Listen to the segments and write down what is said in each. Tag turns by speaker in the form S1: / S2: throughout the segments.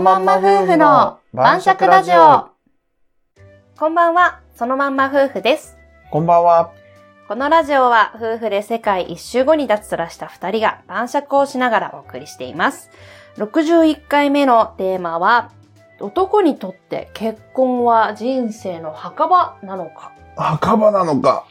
S1: まんま夫婦の晩酌ラジオ。
S2: こんばんは、そのまんま夫婦です。
S1: こんばんは。
S2: このラジオは夫婦で世界一周後に脱サラした二人が晩酌をしながらお送りしています。61回目のテーマは、男にとって結婚は人生の墓場なのか。
S1: 墓場なのか。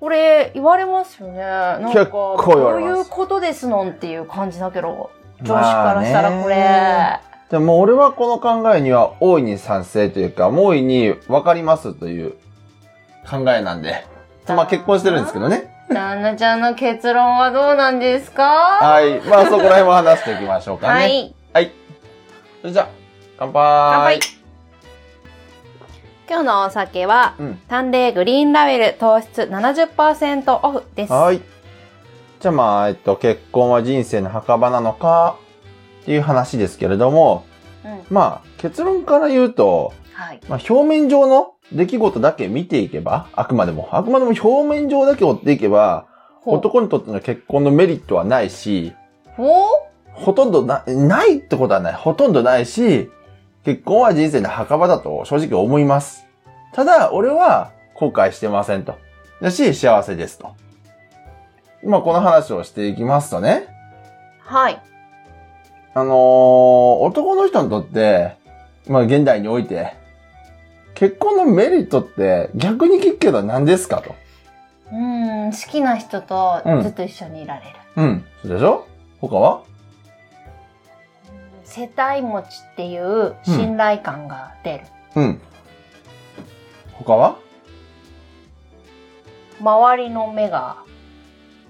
S2: これ言われますよね。なんか、
S1: 結
S2: こ
S1: 構言わ
S2: う
S1: れます
S2: いうことですのんっていう感じだけど、上司からしたらこれ。
S1: まあねじゃあもう俺はこの考えには大いに賛成というか、もう大いにわかりますという考えな んで。まあ結婚してるんですけどね。
S2: 旦那ちゃんの結論はどうなんですか
S1: はい。まあそこら辺も話していきましょうかね。
S2: は。い。
S1: それじゃあ、乾杯。
S2: 乾杯。今日のお酒は、
S1: うん
S2: 淡麗グリーンラベル糖質70%オフです。
S1: はい。じゃあまあ、えっと、結婚は人生の墓場なのかっていう話ですけれども、
S2: うん
S1: まあ、結論から言うと、
S2: はい。
S1: まあ、表面上の出来事だけ見ていけば、あくまでも、あくまでも表面上だけ追っていけば、
S2: ほう
S1: 男にとっての結婚のメリットはないし、
S2: ほ
S1: ほとんどな、ないってことはない。ほとんどないし、結婚は人生の墓場だと正直思います。ただ、俺は後悔してませんと。だし、幸せですと。今この話をしていきますとね、
S2: はい。
S1: あのー男の人にとって、まあ現代において、結婚のメリットって逆に聞くけど何ですかと。
S2: うーん、好きな人と
S1: うん
S2: ずっと一緒にいられる。
S1: うん。そうでしょ他は
S2: 世帯持ちっていう信頼感が出る。
S1: うん。他は
S2: 周りの目が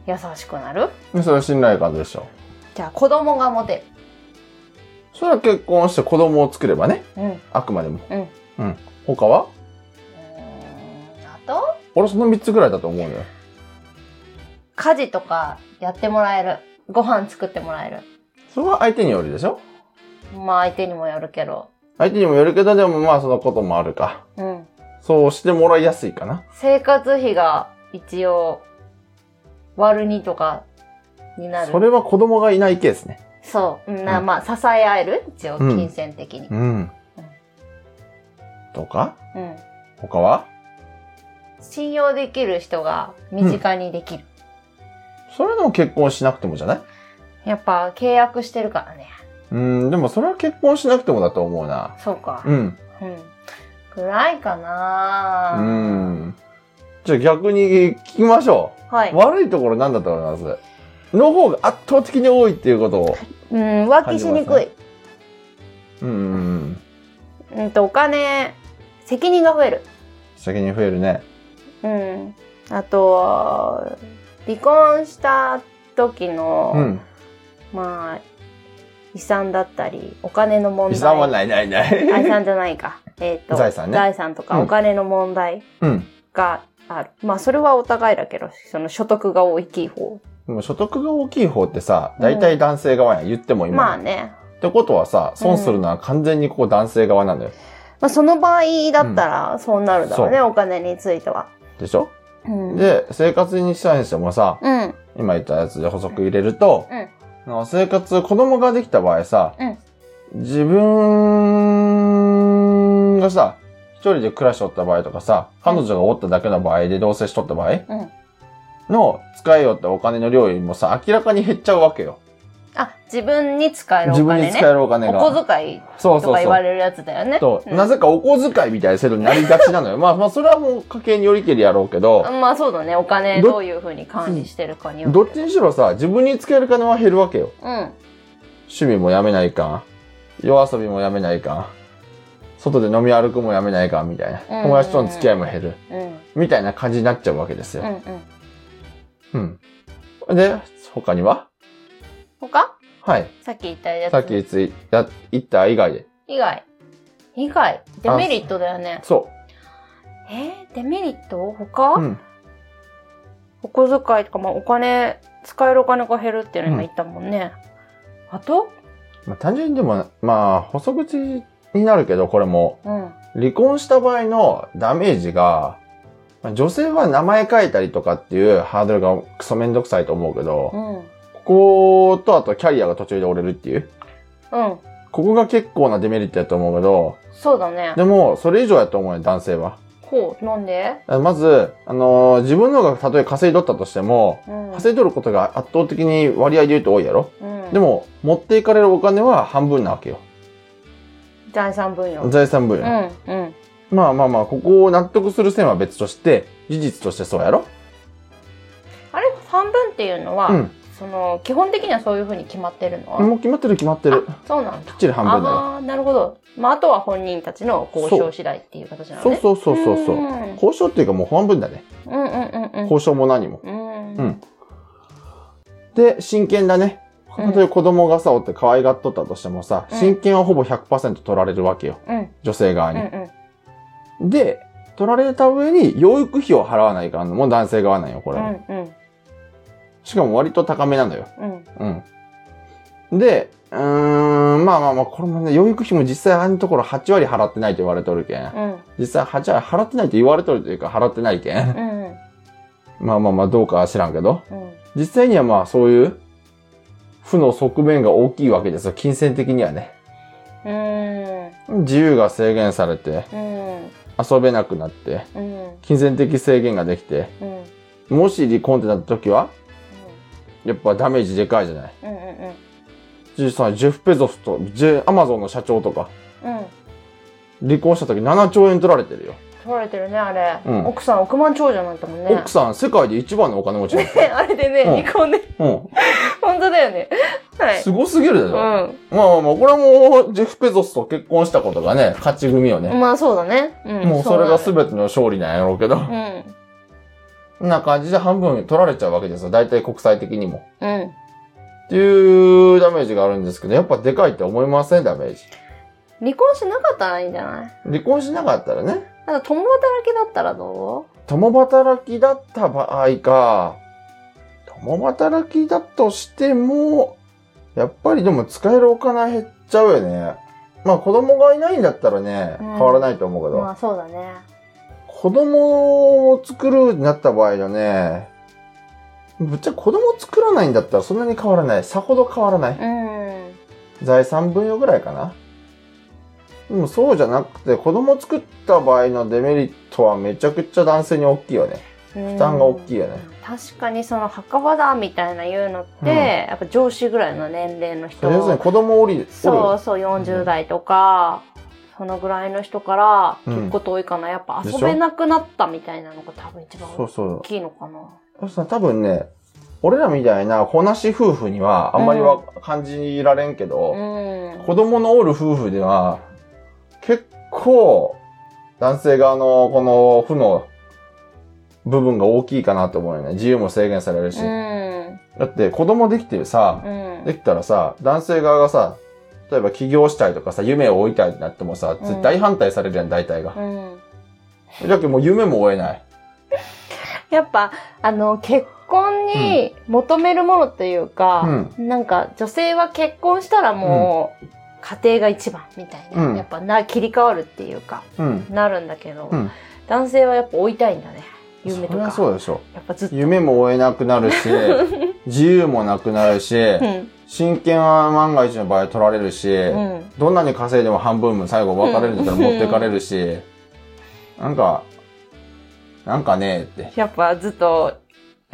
S2: 優しくなる。
S1: それは信頼感でしょ。
S2: じゃあ子供が持て
S1: それは結婚して子供を作ればね。
S2: る。うん。う
S1: あくまでも。
S2: うん。
S1: うん。他は
S2: ーんあと、
S1: 俺その3つぐらいだと思うのよ。
S2: 家事とかやってもらえる。ご飯作ってもらえる。
S1: それは相手によるでしょ
S2: まあ相手にもよるけど。
S1: 相手にもよるけど、でもまあそのこともあるか。
S2: うん。
S1: そうしてもらいやすいかな。
S2: 生活費が一応、割る2とかになる。
S1: それは子供がいないケースね。
S2: そう。うんな
S1: うん
S2: まあ、支え合える一応、
S1: うん
S2: 金銭的に。
S1: うん。とか
S2: うん。
S1: 他は
S2: 信用できる人が身近にできる。
S1: それでも結婚しなくてもじゃない
S2: やっぱ、契約してるからね。
S1: うん、でもそれは結婚しなくてもだと思うな。
S2: そうか。
S1: うん。
S2: うん。ぐらいか
S1: う
S2: な、
S1: ん。じゃあ逆に聞きましょ
S2: はい。
S1: う。悪いところなんだと思いますの方が圧倒的に多いっていうことを。
S2: うん、浮気しにくい。
S1: うんうんうん。
S2: うんと、お金、責任が増える。
S1: 先に増えるね。
S2: うん。あと、離婚した時の、
S1: うん。
S2: まあ、遺産だったり、お金の問題。
S1: 遺産はないないな
S2: あ遺
S1: い。
S2: 産じゃないか。えっ、と、
S1: 財産ね
S2: 財産とか
S1: うん
S2: お金の問題
S1: うん。
S2: がある。まあ、それはお互いだけど、その所得が大きい方。
S1: でも所得が大きい方ってさ、大体男性側やん言っても今。
S2: まあね。
S1: ってことはさ、損するのは完全にここ男性側なんだよ。
S2: まあ、その場合だったら、そうなるだろうね、
S1: そ
S2: お金については。
S1: でしょ
S2: うん。うん。
S1: で、生活にしたにしてもさ、
S2: うん。
S1: 今言ったやつで補足入れると、
S2: うん
S1: あの生活、子供ができた場合さ、
S2: うん
S1: 自分がさ、一人で暮らしとった場合とかさ、彼女がおっただけの場合で同棲しとった場合
S2: うん。
S1: の使いよったお金の量よりもさ、明らかに減っちゃうわけよ。
S2: あ、自分に使えるお
S1: 自分
S2: 金ね。
S1: に使えるお金
S2: お
S1: が。
S2: 小遣い
S1: そう
S2: と
S1: そう
S2: か言
S1: そ
S2: わ
S1: う。
S2: れるやつだよね。
S1: と、
S2: うん
S1: なぜかお小遣いみたいな制度になりがちなのよ。まあまあ、それはもう家計によりけりやろうけど、
S2: まあそうだね。お金
S1: ど
S2: どういうふうに管理してるかによ
S1: ど
S2: っ。
S1: ってちにしろさ、自分に使える金は減るわけよ。
S2: うん。
S1: 趣味もやめないかん夜遊びもやめないかん外で飲み歩くもやめないかんみたいな。
S2: うん
S1: 友達との付き合いも減る。
S2: うん。
S1: みたいな感じになっちゃうわけです
S2: う
S1: よ。
S2: ん。うん。
S1: うん。で、他には
S2: 他
S1: はい。
S2: さっき言ったやつ。
S1: さっき言ついや言った以外で。
S2: 以外。以外。デメリットだよね。
S1: そ
S2: えー、デメリット他、
S1: う。うん。
S2: お小遣いとか、まあ、お金、使えるお金が減るっていうの今言ったもんね。あと
S1: まあ、単純にでも、まあ、細口になるけど、これも、
S2: うん。
S1: 離婚した場合のダメージが、まあ女性は名前変えたりとかっていうハードルがクソめんどくさいと思うけど、
S2: うん。
S1: こことあとキャリアが途中で折れるっていう。
S2: うん。
S1: こここが結構なデメリットやと思うけど、
S2: そうだね
S1: でも、それ以上やと思うね、男性は。
S2: ほうなんで
S1: あまず、あのー自分の方がたとえ稼いどったとしても、
S2: うん、
S1: 稼いどることが圧倒的に割合で言うと多いやろ
S2: うん、
S1: でも、持っていかれるお金は半分なわけよ。
S2: 第三分野
S1: 財産分
S2: う
S1: 野。
S2: んうん
S1: まあまあまあ、ここを納得する線は別として、事実としてそうやろ
S2: あれ三分っていうのは、
S1: うん。
S2: その基本的にはそういうふうに決まってるの、
S1: もう決まってる決まってる。
S2: あそうなんだ
S1: きっちり半分だよ。
S2: ああーなるほど、まあ、あとは本人たちの交渉次第っていう形なの
S1: そう
S2: ね
S1: そうそうそうそうう。
S2: ん
S1: 交渉っていうかもう半分だね。
S2: うんうんうんうん
S1: 交渉も何も。
S2: うん
S1: うんで、真剣だね。
S2: うん
S1: 例えば子供がさ、おって可愛がっとったとしてもさ、
S2: うん
S1: 真剣はほぼ100%取られるわけよ。
S2: うん
S1: 女性側
S2: うん
S1: に。で、取られた上に養育費を払わないからのもう男性側なんよ、こ
S2: う
S1: れ。
S2: んうん
S1: しかも割と高めなのよ。
S2: うん
S1: うん。で、うーん、まあまあまあ、これもね、養育費も実際あのところ8割払ってないと言われとるけん。
S2: うん
S1: 実際8割払ってないと言われとるというか、払ってないけん。
S2: うん
S1: まあまあまあ、どうかは知らんけど。
S2: うん
S1: 実際にはまあ、そういう、負の側面が大きいわけですよ。金銭的にはね。
S2: うん
S1: 自由が制限されて、
S2: うん
S1: 遊べなくなって、
S2: うん
S1: 金銭的制限ができて、
S2: うんうん
S1: もし離婚ってなった時は、やっぱダメージでかいじゃない。
S2: うんうん
S1: 実際、ジェフ・ペゾスと、ジェアマゾンの社長とか、
S2: うん
S1: 離婚した時7兆円取られてるよ。
S2: 取られてるねあれ、
S1: うん
S2: 奥さん億万長者になったもんね
S1: 奥さん、世界で一番のお金持ちだよ
S2: あれでね、
S1: うん
S2: 離婚で
S1: う
S2: 本当だよねはい
S1: ん。すごすぎるだ
S2: う
S1: ろ。まあまあまあ、これはもう、ジェフ・ペゾスと結婚したことがね、勝ち組よ
S2: ん
S1: ね。
S2: まあそうだね、うん、
S1: もうそれが全
S2: べ
S1: ての勝利なんやろうけど。
S2: う
S1: こ
S2: ん
S1: んな感じで半分取られちゃうわけですよ。大体国際的にも。
S2: うん
S1: っていうダメージがあるんですけど、やっぱでかいって思いません、ダメージ。
S2: 離婚しなかったらいいんじゃない
S1: 離婚しなかったらね、
S2: あと共働きだったらど
S1: 共働きだった場合か、共働きだとしても、やっぱりでも使えるお金減っちゃうよね。まあ子供がいないんだったらね、
S2: うん
S1: 変わらないと思うけ
S2: う
S1: ど。
S2: まあそうだね
S1: 子供を作るになった場合だね、ぶっちゃけ子供作らないんだったらそんなに変わらない。さほど変わらない。
S2: うん
S1: 財産分与ぐらいかな。でもそうじゃなくて、子供作った場合のデメリットはめちゃくちゃ男性に大きいよね。
S2: 負
S1: 負担が大きいよね
S2: 確かにその墓場だみたいな言うのって、
S1: うん
S2: やっぱ上司ぐらいの年齢の人
S1: 要するに子供おり、おる。
S2: そうそう40代とか、そのぐらいの人から
S1: うん
S2: 聞くこと多いかな、やっぱ
S1: でし
S2: 遊
S1: ょ
S2: べなくなったみたいなのが多分一番
S1: そう
S2: 大
S1: そう。
S2: きいのかな
S1: 要するに多分ね、俺らみたいな子なし夫婦にはあんまりは感じられんけど、
S2: うん
S1: 子供のおる夫婦では、結構、男性側のこの負の部分が大きいかなと思うよね。自由も制限されるし。
S2: うん
S1: だって子供できてさ、
S2: うん
S1: できたらさ、男性側がさ、例えば起業したいとかさ、夢を追いたいってなってもさ、
S2: うん
S1: 絶対反対されるやん、大体が。
S2: うん
S1: だけどもう夢も追えない。
S2: やっぱあの結婚に求めるものというか、なんか女性は結婚したらもう、家庭が一番みたいな、
S1: うん
S2: やっぱな切り替わるっていうか
S1: うん。うん。
S2: なるんだけど、
S1: うん
S2: 男性はやっぱ追いたいんだね夢
S1: そ
S2: と
S1: れ
S2: か
S1: はそうでしょ。
S2: やっぱずっと
S1: 夢も追えなく なるし、自由もなくなるし、
S2: うん
S1: 真剣は万が一の場合取られるし、
S2: うん
S1: どんなに稼いでも半分分最後別れるんだったら持ってかれるし、なんか、なんかねって。
S2: やっぱずっと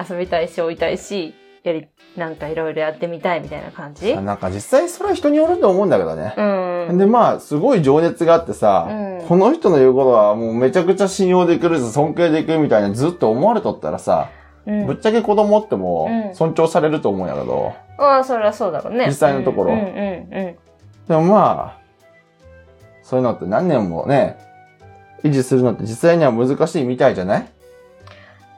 S2: 遊びたいし追いたいしやりなんかいろいろやってみたいみたいな感じ
S1: なんか実際それは人によると思うんだけどね
S2: う。ん
S1: で、まあ、すごい情熱があってさ、
S2: うん
S1: この人の言うことはもうめちゃくちゃ信用できるし、尊敬できるみたいなずっと思われとったらさ、
S2: うん
S1: ぶっちゃけ子供っても
S2: うん
S1: 尊重されると思うんやけど、
S2: ああそれはそうだろうね
S1: 実際のところ
S2: うんうんうん
S1: でもまあ、そういうのって何年もね、維持するのって実際には難しいみたいじゃない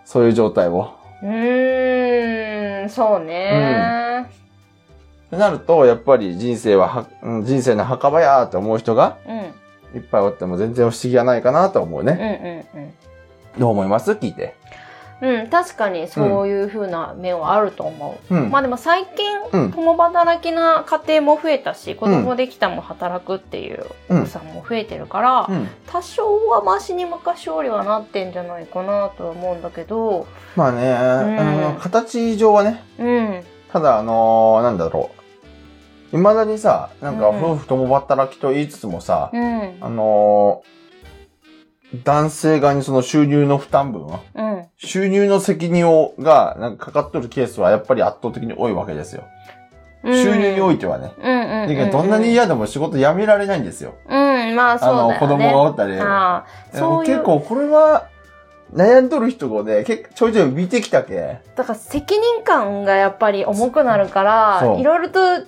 S1: そういう状態を。
S2: うんうーんそうね
S1: ってなると、やっぱり人生はは、うん人生の墓場やーって思う人が
S2: うんうん
S1: いっぱいおっても全然不思議はないかなと思う
S2: うん
S1: ね。
S2: うん
S1: どう思います聞いて。
S2: うんうん確かにそういう風な面はあると思
S1: う
S2: う、
S1: ん。
S2: まあでも最近、
S1: うん
S2: 共働きな家庭も増えたし子供できたも働くっていう
S1: うん
S2: 奥さんも増えてるから、
S1: うん。
S2: 多少はマシに昔よりはなってんじゃないかなとは思うんだけど
S1: まあね、あの、形上はね、
S2: うん
S1: ただあのーなんだろう。未だにさ、なんか
S2: うん
S1: 夫婦共働きと言いつつもさ、
S2: うん。
S1: あのー男性側にその収入の負担分は、
S2: うん。
S1: 収入の責任を、が、なんかかかっとるケースはやっぱり圧倒的に多いわけですよ。収入にお
S2: い。
S1: いてはね。
S2: うんうんうん、
S1: だからどんなに嫌でも仕事辞められないんですよ。
S2: うん、まあそう
S1: あ
S2: だよ、
S1: の、
S2: ね。
S1: 子供がおったり。
S2: ああ、そういう。
S1: 結構これは、悩んどる人をね、結構ちょいちょい見てきたけ。
S2: だから責任感がやっぱり重くなるから
S1: そう
S2: いろいろと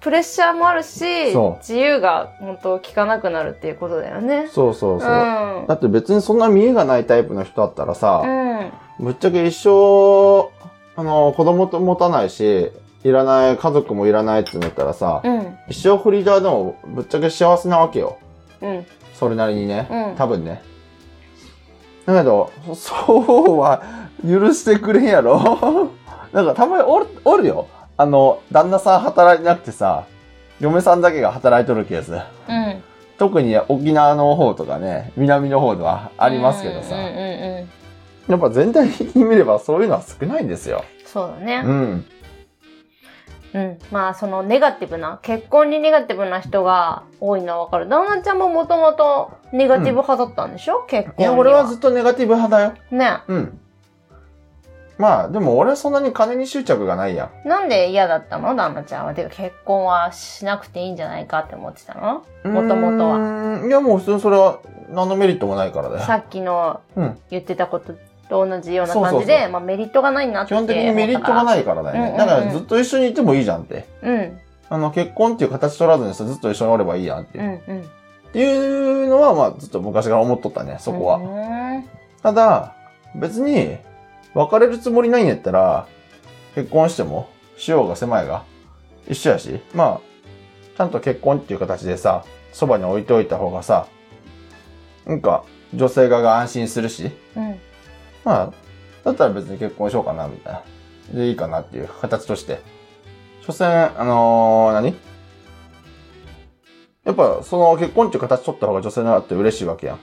S2: プレッシャーもあるし
S1: そう
S2: 自由が本当効かなくなるっていうことだよね。
S1: そうそうそう。
S2: ん
S1: だって別にそんな見栄がないタイプの人だったらさ、
S2: うん
S1: ぶっちゃけ一生、あの、子供と持たないし、いらない、家族もいらないってなったらさ、
S2: うん
S1: 一生フリーダーでもぶっちゃけ幸せなわけよ。
S2: うん
S1: それなりにね。
S2: うん
S1: 多分ね。だけど、そそうは許してくれんやろ なんかたまにおるおるよ。あの、旦那さん働いてなくてさ、嫁さんだけが働いとるケース。
S2: うん
S1: 特に沖縄の方とかね、南の方ではありますけどさ。
S2: うんうんうんうん
S1: やっぱ全体的に見ればそういうのは少ないんですよ。
S2: そうだね、
S1: うん。
S2: うん、まあそのネガティブな結婚にネガティブな人が多いのはわかる旦那ちゃんももともとネガティブ派だったんでしょ、結婚
S1: い
S2: に
S1: や、
S2: は
S1: 俺はずっとネガティブ派だよ。
S2: ね
S1: うん。まあ、でも俺はそんなに金に執着がないやん。
S2: なんで嫌だったの旦那ちゃんはてか結婚はしなくていいんじゃないかって思ってたのもともとは
S1: は。いや、もう普通にそれは何のメリットもないからだよ。
S2: さっきの
S1: うん
S2: 言ってたことと同じような
S1: そうそ
S2: 感
S1: うそう
S2: じで、まあメリットがないなっ
S1: 基
S2: て思
S1: 本
S2: っ
S1: 的にメリッ
S2: た
S1: ト
S2: か
S1: が
S2: ら。
S1: ないからだよ
S2: う
S1: ね。
S2: ん
S1: だか
S2: うんうん
S1: らずっと一緒にいてもいいじゃんって。
S2: うん。
S1: あの、結婚っていう形取らずにさ、ずっと一緒におればいいやんっていうう。
S2: んうん。
S1: っていうのは、まあ、ずっと昔から思っとったね、そこは。
S2: は。
S1: ただ、別に、別れるつもりないんやったら、結婚しても、しようが狭いが、一緒やし、まあ、ちゃんと結婚っていう形でさ、そばに置いておいた方がさ、なんか、女性側が安心するし、
S2: うん。
S1: まあ、だったら別に結婚しようかな、みたいな。で、いいかなっていう形として。所詮、あのー何やっぱ、その結婚っていう形取った方が女性ならって嬉しいわけや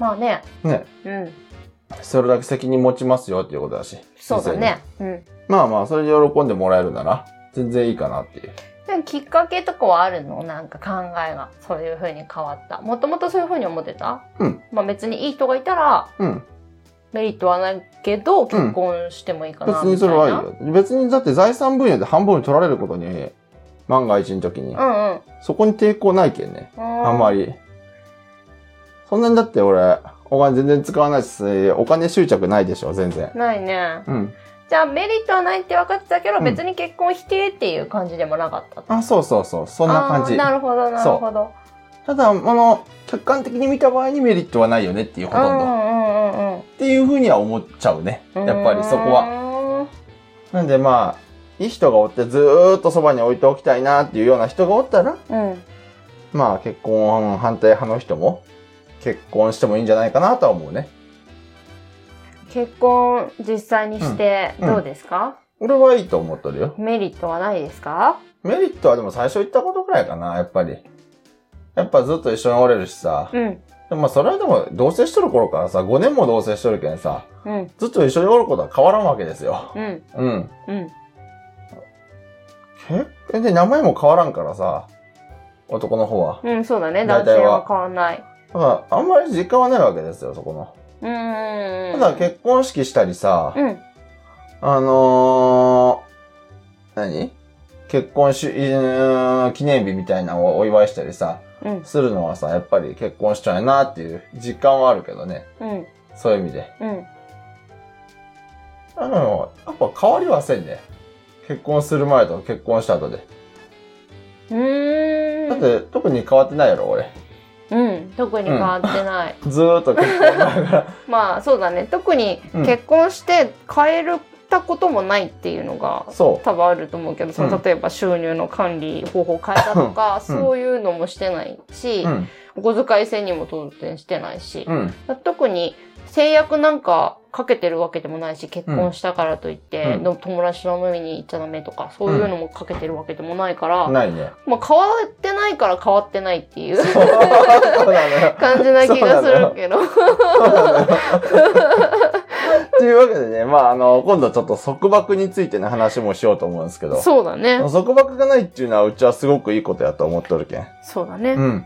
S2: まあね。
S1: ん。ね。
S2: うん。
S1: それだけ責任持ちますよっていうことだし。
S2: そうだね。うん。
S1: 人生に。まあまあ、それで喜んでもらえるなら、全然いいかなっていう。
S2: でもきっかけとかはあるのなんか考えが。そういう風に変わった。もともとそういう風に思ってた
S1: うん。
S2: まあ別にいい人がいたら
S1: うん。
S2: メリットはないけど、結婚してもいいかなみた
S1: 別
S2: いな。
S1: にそれはいいよ。別にだって財産分野で半分取られることに、万が一の時に
S2: う、んうん。
S1: そこに抵抗ないけんね。
S2: うん
S1: あんまり。そんなにだって俺、お金全然使わないし、お金執着ないでしょ、全然。
S2: ないね。
S1: うん。
S2: じゃあメリットはないって分かってたけど、
S1: うん
S2: 別に結婚否定っていう感じでもなかった。
S1: あ、そうそうそう、そんな感
S2: あー
S1: じ。
S2: なるほど、なるほど。
S1: ただ、あの、客観的に見た場合にメリットはないよねっていうほとん
S2: う
S1: ど。
S2: んう
S1: っ
S2: んうんうん
S1: ていうふうには思っちゃうね。やっぱりそこは。
S2: は。
S1: なんでまあ、いい人がおってずーっとそばに置いておきたいなっていうような人がおったら、
S2: うん。
S1: まあ結婚反対派の人も結婚してもいいんじゃないかなとは思うね。
S2: 結婚実際にして
S1: うん
S2: どうですか、
S1: 俺はいいと思っとるよ。
S2: メリットはないですか
S1: メリットはでも最初言ったことくらいかな、やっぱり。やっぱずっと一緒におれるしさ。
S2: うん。
S1: でもまあそれはでも同棲しとる頃からさ、5年も同棲しとるけんさ、
S2: うん。
S1: ずっと一緒におることは変わらんわけですよ。
S2: うん。
S1: うん。
S2: うん。
S1: 結婚で名前も変わらんからさ、男の方は。
S2: うん、そうだね。
S1: 大
S2: 男
S1: 体
S2: 性
S1: は
S2: は変わんない。
S1: だからあんまり実感はないわけですよ、そこの。
S2: うー
S1: た
S2: ん。
S1: だ結婚式したりさ、
S2: うん。
S1: あのー、何結婚し、うーん記念日みたいなのをお祝いしたりさ、
S2: うん。
S1: するのはさ、やっぱり結婚しちゃうなっていう実感はあるけどね。
S2: うん。
S1: そういう意味で。
S2: うん。
S1: あの、やっぱ変わりはせんね。結婚する前と結婚した後で。
S2: うーん。
S1: だって、特に変わってないやろ、俺。
S2: うん。特に変わってない。
S1: ずーっと結婚前 から。
S2: まあ、そうだね。特に
S1: うん
S2: 結婚して変えたこともないっていうのが
S1: そう。
S2: 多分あると思うけどその
S1: うん
S2: 例えば収入の管理方法変えたとか、
S1: うん
S2: そういうのもしてないし、
S1: うん。
S2: お小遣い制にも当然してないし、
S1: うん。
S2: 特に制約なんかかけてるわけでもないし結婚したからといって、
S1: うん
S2: の友達の飲みに行っちゃダメとかそういうのもかけてるわけでもないから、
S1: ないね。
S2: まあ、変わってないから変わってないっていう
S1: そうなのよ。
S2: 感じな気がするけど。
S1: そうなのよ。というわけでね、まあ、あの、今度ちょっと束縛についての話もしようと思うんですけど、
S2: そうだね。
S1: 束縛がないっていうのはうちはすごくいいことやと思っとるけん。
S2: そうだね。
S1: うん。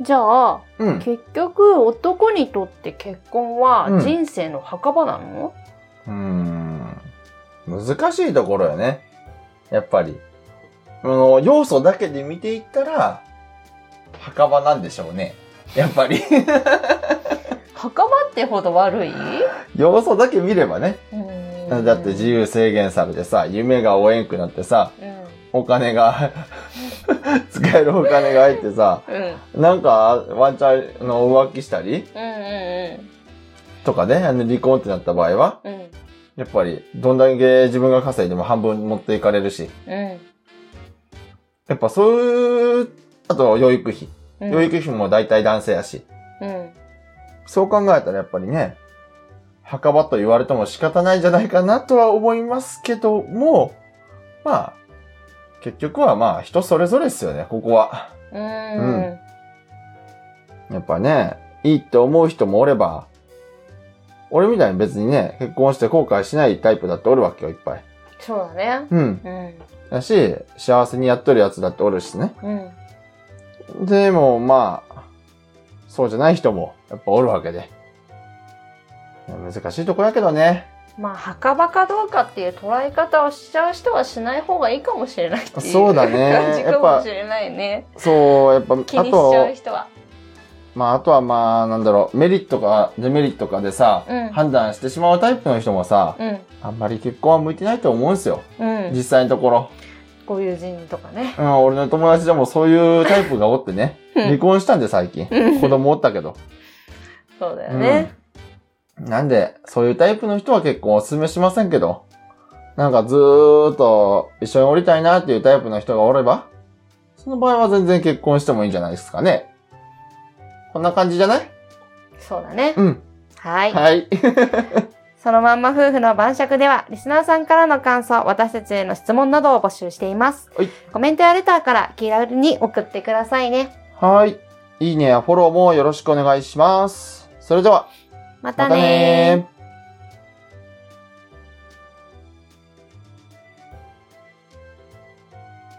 S2: じゃあ、
S1: うん。
S2: 結局男にとって結婚は
S1: うん
S2: 人生の墓場なの、
S1: うーん。難しいところよね。やっぱり。あの、要素だけで見ていったら、墓場なんでしょうね。やっぱり。
S2: 墓場ってほど悪い、
S1: 要素だけ見ればね。
S2: うん
S1: だって自由制限されてさ、夢が追えんくなってさ、
S2: うん
S1: お金が、 使えるお金が入ってさ、
S2: うんうん
S1: なんかワンチャンの浮気したり
S2: うん
S1: とかね、あの離婚ってなった場合は、
S2: うんうん
S1: やっぱりどんだけ自分が稼いでも半分持っていかれるし、
S2: うん
S1: やっぱそういう、あと養育費。
S2: うん
S1: 養育費も大体男性やし。
S2: うん
S1: そう考えたらやっぱりね、墓場と言われても仕方ないんじゃないかなとは思いますけども、まあ、結局はまあ人それぞれですよね、ここは。
S2: うん
S1: うやっぱね、いいって思う人もおれば、俺みたいに別にね、結婚して後悔しないタイプだっておるわけよ、いっぱい。
S2: そうだね
S1: うん。
S2: うん
S1: だし、幸せにやっとるやつだっておるしね。
S2: うん
S1: でも、まあ、そうじゃない人も、やっぱおるわけで。難しいとこやけどね。
S2: まあ墓場かどうかっていう捉え方をしちゃう人はしない方がいいかもしれないっていう
S1: そうだ ね
S2: 感じかもしれないね
S1: そう、やっぱ、あ
S2: 気にしちゃ
S1: と
S2: う、人は
S1: まあ、あとはまあ、なんだろう、メリットかデメリットかでさ、
S2: うん
S1: 判断してしまうタイプの人もさ、
S2: うん
S1: あんまり結婚は向いてないと思うんですよ。
S2: うん
S1: 実際のところ。
S2: ご友人とかね
S1: うん、俺の友達でもそういうタイプがおってね、
S2: うん
S1: 離婚したんで最近。子供おったけど。
S2: そうだよね
S1: うんなんで、そういうタイプの人は結構お勧めしませんけど、なんかずーっと一緒に降りたいなっていうタイプの人がおれば、その場合は全然結婚してもいいんじゃないですかね。こんな感じじゃない
S2: そうだね
S1: うん。
S2: はい
S1: はい。
S2: そのまんま夫婦の晩酌では、リスナーさんからの感想、私たちへの質問などを募集しています。
S1: はい
S2: コメントやレターから気軽に送ってくださいね。
S1: はい。いいねやフォローもよろしくお願いします。それでは、
S2: またね
S1: またねー